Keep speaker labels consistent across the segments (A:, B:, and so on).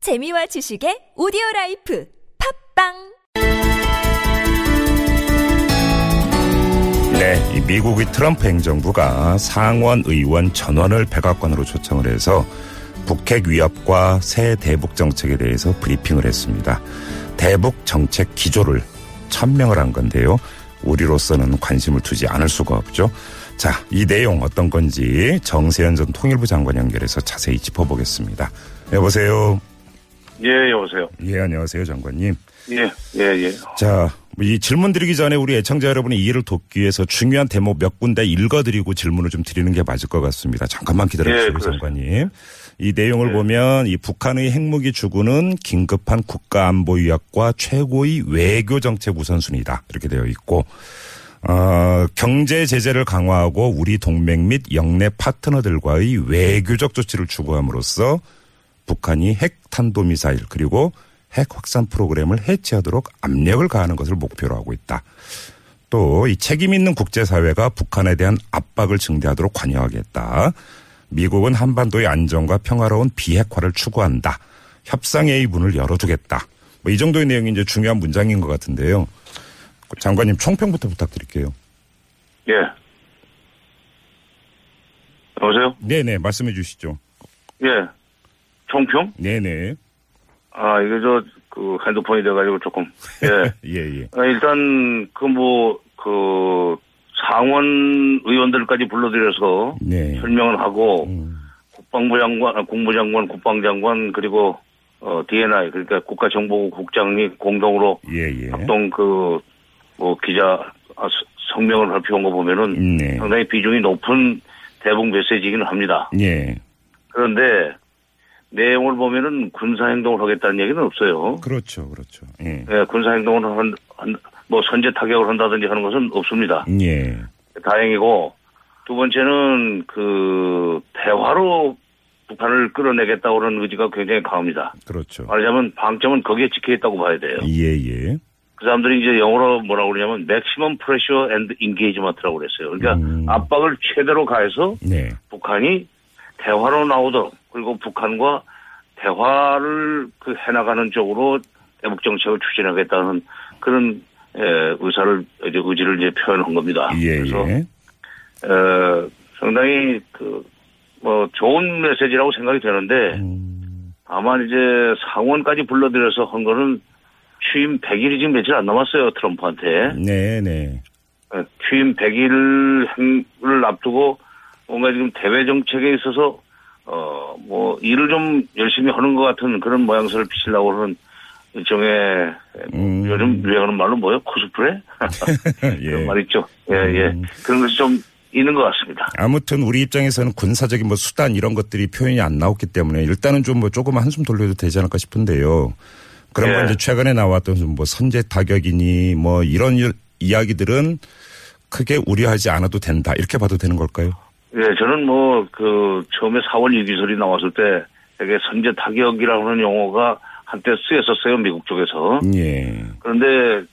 A: 재미와 지식의 오디오 라이프 팝빵
B: 네, 이 미국의 트럼프 행정부가 상원 의원 전원을 백악관으로 초청을 해서 북핵 위협과 새 대북 정책에 대해서 브리핑을 했습니다. 대북 정책 기조를 천명을 한 건데요. 우리로서는 관심을 두지 않을 수가 없죠. 자, 이 내용 어떤 건지 정세현 전 통일부 장관 연결해서 자세히 짚어보겠습니다. 여보세요.
C: 예, 여보세요.
B: 예, 안녕하세요, 장관님.
C: 예, 예, 예.
B: 자, 이 질문 드리기 전에 우리 애청자 여러분의 이해를 돕기 위해서 중요한 대목 몇 군데 읽어드리고 질문을 좀 드리는 게 맞을 것 같습니다. 잠깐만
C: 예,
B: 기다려주시고,
C: 그렇습니다.
B: 장관님. 이 내용을
C: 예.
B: 보면 이 북한의 핵무기 주구는 긴급한 국가안보유약과 최고의 외교정책 우선순위다. 이렇게 되어 있고, 어, 경제 제재를 강화하고 우리 동맹 및 영내 파트너들과의 외교적 조치를 추구함으로써 북한이 핵탄도미사일 그리고 핵 확산 프로그램을 해체하도록 압력을 가하는 것을 목표로 하고 있다. 또 이 책임 있는 국제사회가 북한에 대한 압박을 증대하도록 관여하겠다. 미국은 한반도의 안정과 평화로운 비핵화를 추구한다. 협상의 문을 열어주겠다. 뭐 이 정도의 내용이 이제 중요한 문장인 것 같은데요. 장관님 총평부터 부탁드릴게요.
C: 예. 여보세요?
B: 네네 말씀해 주시죠.
C: 예. 총평?
B: 네네
C: 아, 이게 저, 그, 핸드폰이 돼가지고 조금. 예.
B: 예예
C: 아, 일단, 그 뭐, 그, 상원 의원들까지 불러들여서
B: 네.
C: 설명을 하고,
B: 음.
C: 국방부 장관, 아, 국무장관, 국방장관, 그리고, 어, DNI, 그러니까 국가정보국 국장이 공동으로
B: 예예
C: 합동 그, 뭐, 기자 아, 서- 성명을 발표한 거 보면은,
B: 네
C: 상당히 비중이 높은 대북 메시지이기는 합니다.
B: 예
C: 그런데 내용을 보면은 군사 행동을 하겠다는 얘기는 없어요.
B: 그렇죠 그렇죠 예
C: 예, 군사 행동을 한, 한- 뭐 선제 타격을 한다든지 하는 것은 없습니다.
B: 예.
C: 다행이고 두 번째는 그 대화로 북한을 끌어내겠다고 하는 의지가 굉장히 강합니다.
B: 그렇죠.
C: 말하자면 방점은 거기에 찍혀 있다고 봐야 돼요.
B: 예예.
C: 그 사람들이 이제 영어로 뭐라고 그러냐면 maximum pressure and engagement라고 그랬어요. 그러니까
B: 음.
C: 압박을 최대로 가해서
B: 네.
C: 북한이 대화로 나오도록 그리고 북한과 대화를 그 해나가는 쪽으로 대북 정책을 추진하겠다는 그런 에, 의사를 이제 의지를 이제 표현한 겁니다. 아, 그래서
B: 예예.
C: 에, 상당히 그 뭐 좋은 메시지라고 생각이 되는데
B: 음,
C: 다만 이제 상원까지 불러들여서 한 거는 취임 100일이 지금 며칠 안 남았어요
B: 음.
C: 트럼프한테.
B: 네네.
C: 어, 취임 100일을 앞두고 뭔가 지금 대외 정책에 있어서 어 뭐 일을 좀 열심히 하는 것 같은 그런 모양새를 비치려고 하는 일종의
B: 음.
C: 요즘 유행하는 말로 뭐요 코스프레 네, 그런
B: 예. 음.
C: 말 있죠 예예 그런 것이 좀 있는 것 같습니다
B: 아무튼 우리 입장에서는 군사적인 뭐 수단 이런 것들이 표현이 안 나왔기 때문에 일단은 좀 뭐 조금 한숨 돌려도 되지 않을까 싶은데요. 그런 건
C: 예.
B: 이제 최근에 나왔던 좀뭐 선제 타격이니 뭐 이런 일- 이야기들은 크게 우려하지 않아도 된다 이렇게 봐도 되는 걸까요?
C: 예 저는 뭐 그 처음에 4월 유기설이 나왔을 때 되게 선제 타격이라고 하는 용어가 한때 쓰였었어요 미국 쪽에서
B: 예.
C: 그런데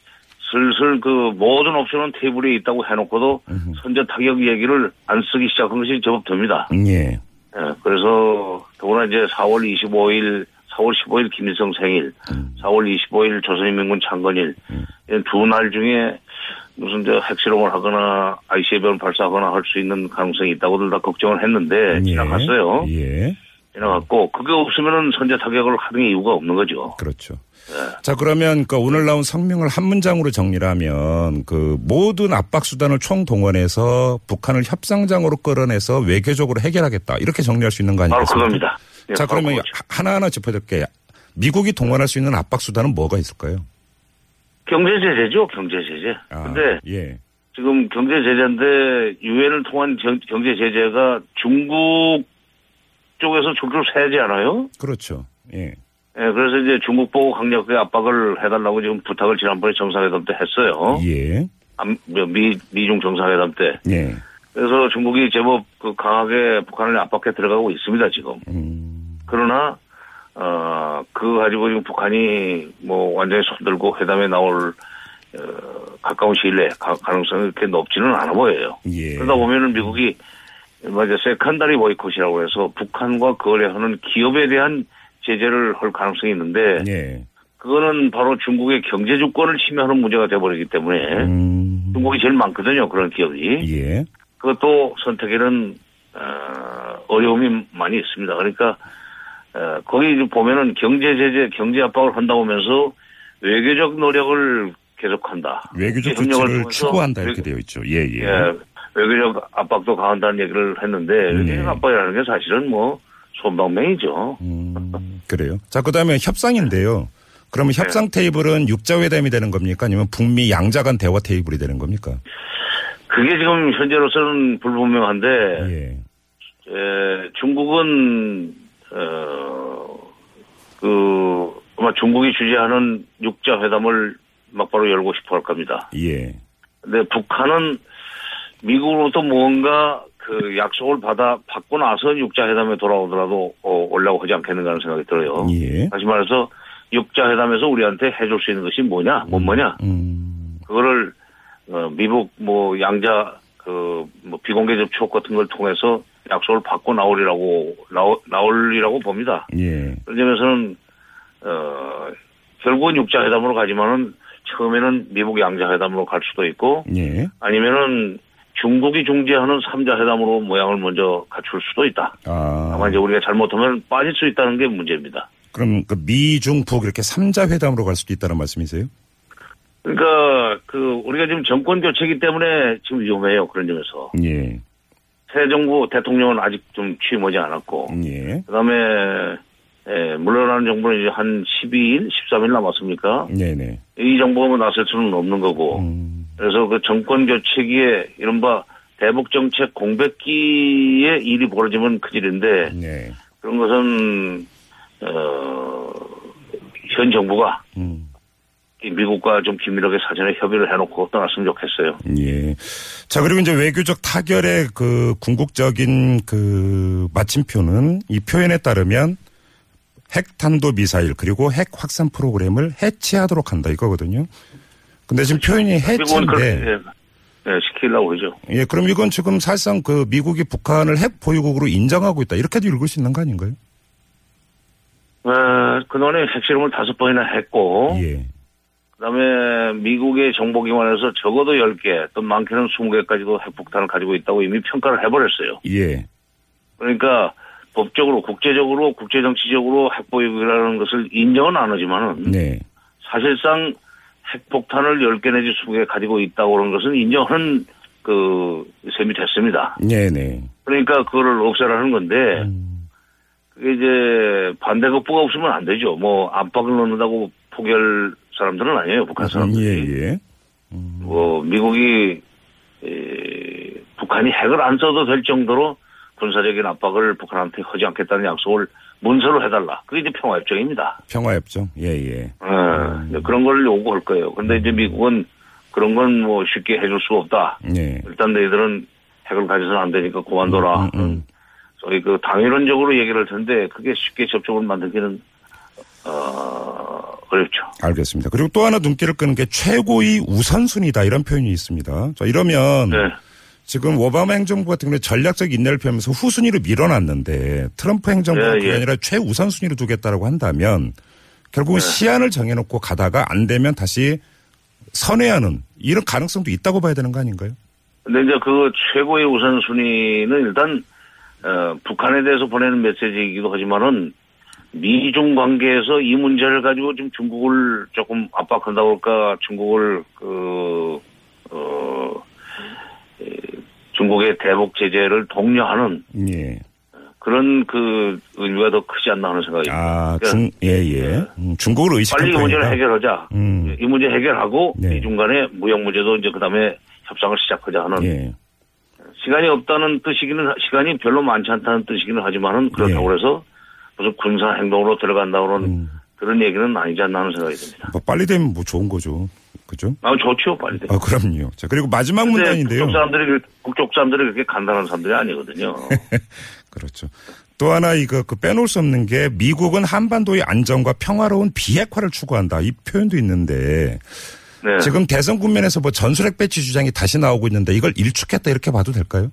C: 슬슬 그 모든 옵션은 테이블에 있다고 해놓고도 선제 타격 얘기를 안 쓰기 시작한 것이 제법 됩니다.
B: 예.
C: 예, 그래서 더구나 이제 4월 25일, 4월 15일 김일성 생일,
B: 음.
C: 4월 25일 조선인민군 창건일 두 날 중에 무슨 저 핵실험을 하거나 ICBM을 발사하거나 할 수 있는 가능성이 있다고들 다 걱정을 했는데
B: 예.
C: 네, 지나갔어요.
B: 예.
C: 지나갔고 그게 없으면은 선제 타격을 하는 이유가 없는 거죠.
B: 그렇죠. 자 그러면 그 오늘 나온 성명을 한 문장으로 정리하면 그 모든 압박 수단을 총 동원해서 북한을 협상장으로 끌어내서 외교적으로 해결하겠다 이렇게 정리할 수 있는 거
C: 바로
B: 아니겠습니까?
C: 그겁니다. 예,
B: 자
C: 바로
B: 그러면
C: 그거죠.
B: 하- 하나하나 짚어줄게. 미국이 동원할 수 있는 압박 수단은 뭐가 있을까요?
C: 경제 제재죠, 경제 제재.
B: 아,
C: 근데
B: 예,
C: 지금 경제 제재인데 유엔을 통한 경- 경제 제재가 중국 쪽에서 줄줄 세지 않아요?
B: 그렇죠. 예,
C: 예, 그래서 이제 중국 보고 강력하게 압박을 해달라고 지금 부탁을 지난번에 정상회담 때 했어요.
B: 예,
C: 남- 뭐, 미 미중 정상회담 때.
B: 예.
C: 그래서 중국이 제법 그 강하게 북한을 압박해 들어가고 있습니다 지금.
B: 음,
C: 그러나 어, 그거 가지고 지금 북한이 뭐 완전히 손들고 회담에 나올 어, 가까운 시일 내에 가, 가능성이 그렇게 높지는 않아 보여요.
B: 예.
C: 그러다 보면은 뭐 미국이 맞아 세컨다리 보이콧이라고 해서 북한과 거래하는 기업에 대한 제재를 할 가능성이 있는데
B: 예.
C: 그거는 바로 중국의 경제 주권을 침해하는 문제가 돼버리기 때문에
B: 음.
C: 중국이 제일 많거든요 그런 기업이
B: 예.
C: 그것도 선택에는 어, 어려움이 많이 있습니다. 그러니까 어, 거기 이제 보면은 경제 제재, 경제 압박을 한다고 하면서 외교적 노력을 계속한다.
B: 외교적
C: 협력을
B: 조치를
C: 통해서
B: 추구한다
C: 외-
B: 이렇게 되어 있죠. 예, 예.
C: 예, 외교적 압박도 강한다는 얘기를 했는데
B: 네.
C: 외교적 압박이라는 게 사실은 뭐 손방맹이죠.
B: 음, 그래요. 자, 그 다음에 협상인데요. 그러면
C: 네.
B: 협상 테이블은 육자회담이 되는 겁니까? 아니면 북미 양자 간 대화 테이블이 되는 겁니까?
C: 그게 지금 현재로서는 불분명한데
B: 예.
C: 네. 예, 중국은 어, 그 아마 중국이 주재하는 육자 회담을 막바로 열고 싶어 할 겁니다.
B: 예.
C: 근데 북한은 미국으로부터 뭔가 그 약속을 받아 받고 나서 육자 회담에 돌아오더라도 어, 올라고 하지 않겠는가 하는 생각이 들어요. 아,
B: 예.
C: 다시 말해서 육자 회담에서 우리한테 해줄 수 있는 것이 뭐냐, 뭔 뭐냐,
B: 음,
C: 그거를 어, 미국 뭐 양자 그뭐 비공개 접촉 같은 걸 통해서 약속을 받고 나오리라고 나오, 나올리라고 봅니다.
B: 예.
C: 그런 점에서는 어 결국은 육자 회담으로 가지만은 처음에는 미국 양자 회담으로 갈 수도 있고
B: 예.
C: 아니면은 중국이 중재하는 삼자 회담으로 모양을 먼저 갖출 수도 있다.
B: 아.
C: 아마 이제 우리가 잘못하면 빠질 수 있다는 게 문제입니다.
B: 그럼 그 미중 북 이렇게 삼자 회담으로 갈 수도 있다는 말씀이세요?
C: 그러니까 그 우리가 지금 정권 교체기 때문에 지금 위험해요 그런 점에서.
B: 예.
C: 새 정부 대통령은 아직 좀 취임하지 않았고
B: 예.
C: 그다음에 예, 물러나는 정부는 이제 한 12일, 13일 남았습니까?
B: 네네.
C: 이 정부가 뭐 나설 수는 없는 거고
B: 음,
C: 그래서 그 정권 교체기에 이른바 대북 정책 공백기에 일이 벌어지면 큰일인데
B: 네.
C: 그런 것은 어, 어현 정부가
B: 음.
C: 이 미국과 좀 긴밀하게 사전에 협의를 해놓고 떠났으면 좋겠어요.
B: 예. 자, 그리고 이제 외교적 타결의 그 궁극적인 그 마침표는 이 표현에 따르면 핵탄도 미사일 그리고 핵 확산 프로그램을 해체하도록 한다 이거거든요. 근데 지금 표현이
C: 미국은
B: 해체인데
C: 그렇죠. 그렇게 예, 시키려고 하죠.
B: 예, 그럼 이건 지금 사실상 그 미국이 북한을 핵 보유국으로 인정하고 있다. 이렇게도 읽을 수 있는 거 아닌가요?
C: 어, 그동안에 핵실험을 다섯 번이나 했고,
B: 예.
C: 그다음에 미국의 정보기관에서 적어도 10개, 또 많게는 20개까지도 핵폭탄을 가지고 있다고 이미 평가를 해버렸어요.
B: 예.
C: 그러니까 법적으로, 국제적으로, 국제정치적으로 핵보유국이라는 것을 인정은 안 하지만은
B: 네.
C: 사실상 핵폭탄을 10개 내지 20개 가지고 있다고 그런 것은 인정하는 그 셈이 됐습니다.
B: 네네. 음.
C: 그러니까 그거를 없애라는
B: 네.
C: 건데 그게 이제 반대급부가 없으면 안 되죠. 뭐 안팎을 넣는다고 포기할 사람들은 아니에요. 북한 사람들이.
B: 예, 예.
C: 뭐 미국이 에, 북한이 핵을 안 써도 될 정도로 군사적인 압박을 북한한테 하지 않겠다는 약속을 문서로 해달라. 그게 이제 평화협정입니다.
B: 평화협정. 예, 예.
C: 예, 이제 그런 걸 요구할 거예요. 근데 이제 미국은 그런 건 뭐 쉽게 해줄 수가 없다.
B: 예.
C: 일단 너희들은 핵을 가져서는 안 되니까 그만둬라.
B: 음, 음, 음.
C: 저희 그 당위론적으로 얘기를 할 텐데 그게 쉽게 접촉을 만들기는 어, 어렵죠.
B: 알겠습니다. 그리고 또 하나 눈길을 끄는 게 최고의 우선순위다 이런 표현이 있습니다. 자, 이러면
C: 네.
B: 지금 오바마 행정부 같은 경우는 전략적 인내를 표하면서 후순위로 밀어놨는데 트럼프 행정부가
C: 예,
B: 그게
C: 예.
B: 아니라 최우선순위로 두겠다라고 한다면 결국은
C: 네.
B: 시안을 정해놓고 가다가 안 되면 다시 선회하는 이런 가능성도 있다고 봐야 되는 거 아닌가요?
C: 근데 이제 그 최고의 우선순위는 일단 어, 북한에 대해서 보내는 메시지이기도 하지만은 미중 관계에서 이 문제를 가지고 지금 중국을 조금 압박한다고 할까 중국을 그 어, 에, 중국의 대북 제재를 독려하는
B: 예.
C: 그런 그 의미가 더 크지 않나 하는 생각이
B: 아,
C: 듭니다.
B: 중, 예, 예. 음, 중국을 의식한
C: 네. 빨리 이 문제를
B: 표현이다.
C: 해결하자.
B: 음.
C: 이 문제 해결하고
B: 네.
C: 이 중간에 무역 문제도 이제 그다음에 협상을 시작하자 하는
B: 예.
C: 시간이 없다는 뜻이기는 하- 시간이 별로 많지 않다는 뜻이기는 하지만은 그렇다고
B: 네.
C: 해서 무슨 군사 행동으로 들어간다 그런
B: 음.
C: 그런 얘기는 아니지 않나 하는 생각이 듭니다.
B: 뭐 빨리 되면 뭐 좋은 거죠. 그죠?
C: 아 좋죠 빨리. 돼.
B: 아, 그럼요. 자, 그리고 마지막
C: 근데
B: 문단인데요.
C: 북쪽 사람들이 그- 북쪽 사람들이 그렇게 간단한 사람들이 아니거든요.
B: 그렇죠. 또 하나 이거 그 빼놓을 수 없는 게 미국은 한반도의 안정과 평화로운 비핵화를 추구한다. 이 표현도 있는데
C: 네.
B: 지금 대선 국면에서 뭐 전술핵 배치 주장이 다시 나오고 있는데 이걸 일축했다 이렇게 봐도 될까요?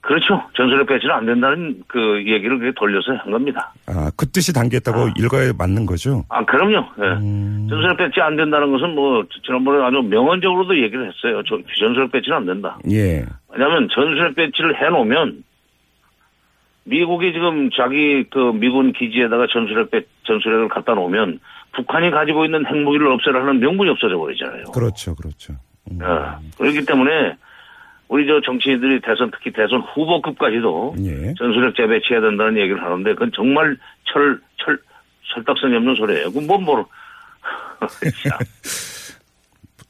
C: 그렇죠. 전술력 배치는 안 된다는 그 얘기를 그렇게 돌려서 한 겁니다.
B: 아, 그 뜻이 담겼다고 일과에 맞는 거죠?
C: 아, 그럼요. 예.
B: 음.
C: 전술력 배치 안 된다는 것은 뭐, 지난번에 아주 명언적으로도 얘기를 했어요. 저, 전술력 배치는 안 된다.
B: 예.
C: 왜냐하면 전술 배치를 해놓으면 미국이 지금 자기 그 미군 기지에다가 전술핵 배, 전술핵을 갖다 놓으면 북한이 가지고 있는 핵무기를 없애라는 명분이 없어져 버리잖아요.
B: 그렇죠, 그렇죠. 음,
C: 예. 그렇기 때문에 우리 저 정치인들이 대선 특히 대선 후보급까지도
B: 예.
C: 전술핵 재배치해야 된다는 얘기를 하는데 그건 정말 철 철 설득성이 없는 소리예요. 그건 뭔 뭐. 자,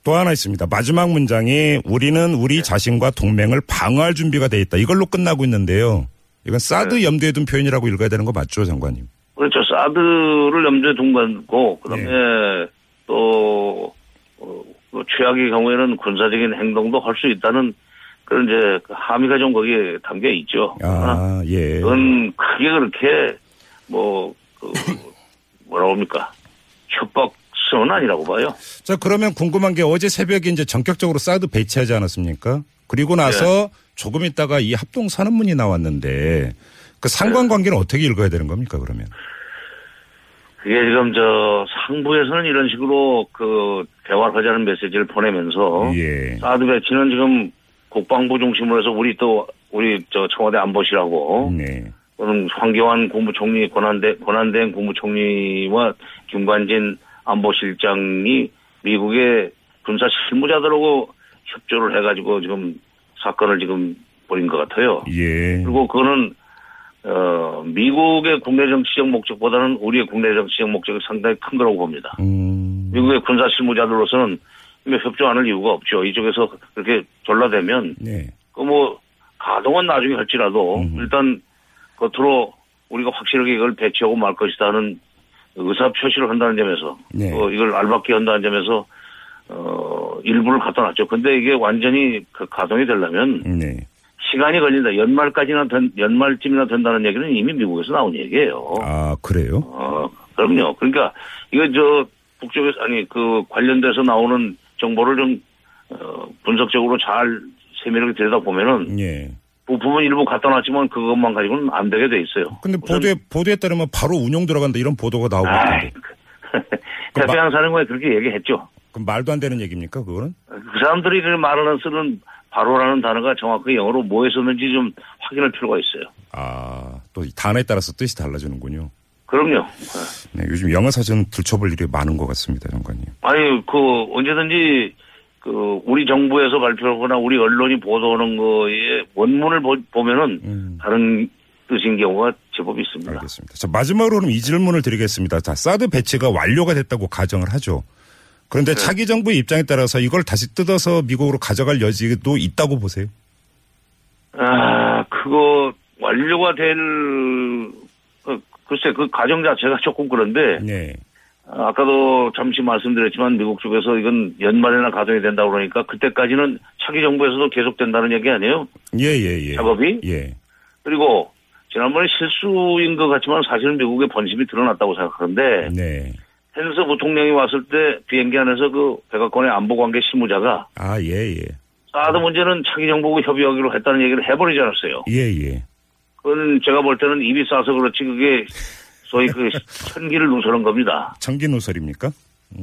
B: 또 하나 있습니다. 마지막 문장이 우리는 우리
C: 네.
B: 자신과 동맹을 방어할 준비가 돼 있다. 이걸로 끝나고 있는데요. 이건 사드
C: 네.
B: 염두에 둔 표현이라고 읽어야 되는 거 맞죠, 장관님?
C: 그렇죠. 사드를 염두에 둔 거고, 그 다음에
B: 네.
C: 또, 어, 그 최악의 경우에는 군사적인 행동도 할 수 있다는 그런 이제 그 함의가 좀 거기에 담겨 있죠. 그러나
B: 아, 예.
C: 그건 크게 그렇게 뭐, 그, 뭐라고 합니까. 협박성은 아니라고 봐요.
B: 자, 그러면 궁금한 게 어제 새벽에 이제 전격적으로 사드 배치하지 않았습니까? 그리고
C: 예.
B: 나서 조금 있다가 이 합동 산업문이 나왔는데 그 상관관계는
C: 예.
B: 어떻게 읽어야 되는 겁니까, 그러면?
C: 그게 지금 저 상부에서는 이런 식으로 그 대화를 하자는 메시지를 보내면서
B: 예.
C: 사드 배치는 아, 지금 국방부 중심으로 해서 우리 또 우리 저 청와대 안보실하고
B: 네.
C: 또는 황교안 국무총리 권한대 권한대행 국무총리와 김관진 안보실장이 미국의 군사 실무자들하고 협조를 해가지고 지금 사건을 지금 벌인 것 같아요.
B: 예.
C: 그리고 그거는 어, 미국의 국내 정치적 목적보다는 우리의 국내 정치적 목적이 상당히 큰 거라고 봅니다.
B: 음,
C: 미국의 군사 실무자들로서는 이미 협조 안 할 이유가 없죠. 이쪽에서 그렇게 전라되면
B: 네.
C: 그 뭐 가동은 나중에 할지라도
B: 음.
C: 일단 겉으로 우리가 확실하게 이걸 배치하고 말 것이다는 의사 표시를 한다는 점에서
B: 네.
C: 어, 이걸 알박게 한다는 점에서 어, 일부를 갖다 놨죠. 근데 이게 완전히 그 가동이 되려면
B: 네.
C: 시간이 걸린다. 연말까지나 된- 연말쯤이나 된다는 얘기는 이미 미국에서 나온 얘기예요.
B: 아, 그래요?
C: 어, 그럼요. 그러니까 이거 저 북쪽에서 아니 그 관련돼서 나오는 정보를 좀 어, 분석적으로 잘 세밀하게 들여다보면은
B: 예.
C: 부품은 일부 갖다 놨지만 그것만 가지고는 안 되게 돼 있어요.
B: 근데
C: 우선-
B: 보도에, 보도에 따르면 바로 운용 들어간다 이런 보도가 나오고
C: 아이,
B: 있는데.
C: 그- 태평양 사령관이 그렇게 얘기했죠.
B: 그럼 말도 안 되는 얘기입니까, 그거는?
C: 그 사람들이 그 말하는 쓰는 바로라는 단어가 정확하게 영어로 뭐에 썼는지 좀 확인할 필요가 있어요.
B: 아, 또이 단어에 따라서 뜻이 달라지는군요.
C: 그럼요. 어.
B: 네, 요즘 영어 사전 들춰볼 일이 많은 것 같습니다, 장관님.
C: 아니 그 언제든지 그 우리 정부에서 발표하거나 우리 언론이 보도하는 거에 원문을 보, 보면은 다른 뜻인 경우가 제법 있습니다.
B: 알겠습니다. 자, 마지막으로 그럼 이 질문을 드리겠습니다. 자, 사드 배치가 완료가 됐다고 가정을 하죠.
C: 네.
B: 그런데 차기 정부의 입장에 따라서 이걸 다시 뜯어서 미국으로 가져갈 여지도 있다고 보세요?
C: 아, 그거 완료가 될 어, 글쎄 그 가정 자체가 조금 그런데
B: 네.
C: 아, 아까도 잠시 말씀드렸지만 미국 쪽에서 이건 연말에나 가동이 된다 고 그러니까 그때까지는 차기 정부에서도 계속된다는 얘기 아니에요?
B: 예, 예, 예.
C: 작업이?
B: 예.
C: 그리고 지난번에 실수인 것 같지만 사실은 미국의 번심이 드러났다고 생각하는데
B: 네.
C: 헨서 부통령이 왔을 때 비행기 안에서 그 백악관의 안보관계 실무자가
B: 아, 예, 예.
C: 사드 문제는 차기 정부하고 협의하기로 했다는 얘기를 해버리지 않았어요.
B: 예, 예.
C: 그건 제가 볼 때는 입이 싸서 그렇지 그게 소위 그 천기를 누서는 겁니다.
B: 전기 노설입니까?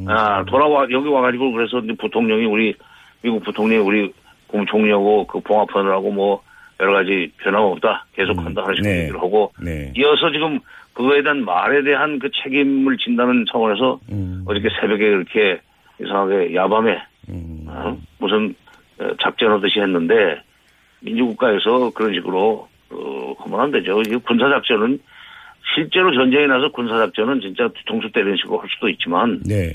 C: 아, 돌아와, 여기 와가지고 그래서 이제 부통령이 우리, 미국 부통령이 우리 국무총리하고 그 봉합하느라고 뭐 여러 가지 변함없다. 계속한다. 하는 식으로
B: 네.
C: 얘기를 하고
B: 네.
C: 이어서 지금 그거에 대한 말에 대한 그 책임을 진다는 차원에서
B: 음.
C: 예. 어저께 새벽에 이렇게 이상하게 야밤에
B: 음.
C: 어? 무슨 어, 작전하듯이 했는데 민주국가에서 그런 식으로 어, 하면 안 되죠. 이 군사작전은 실제로 전쟁이 나서 군사작전은 진짜 뒤통수 때리는 식으로 할 수도 있지만
B: 네.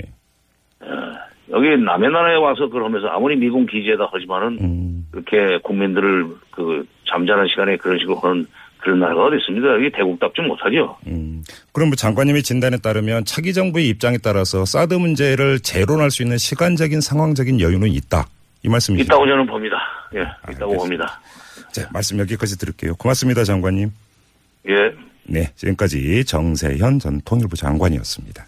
C: 여기 남의 나라에 와서 그러면서 아무리 미군 기지에다 하지만은
B: 음.
C: 그렇게 국민들을 그 잠자는 시간에 그런 식으로 하는 그런 나라가 어디 있습니까? 여기 대국답지 못하죠.
B: 음. 그럼 뭐 장관님의 진단에 따르면 차기 정부의 입장에 따라서 사드 문제를 재론할 수 있는 시간적인 상황적인 여유는 있다. 이 말씀이시죠?
C: 있다고 저는 봅니다. 예, 있다고
B: 알겠습니다.
C: 봅니다.
B: 자, 말씀 여기까지 드릴게요. 고맙습니다, 장관님.
C: 예.
B: 네, 지금까지 정세현 전 통일부 장관이었습니다.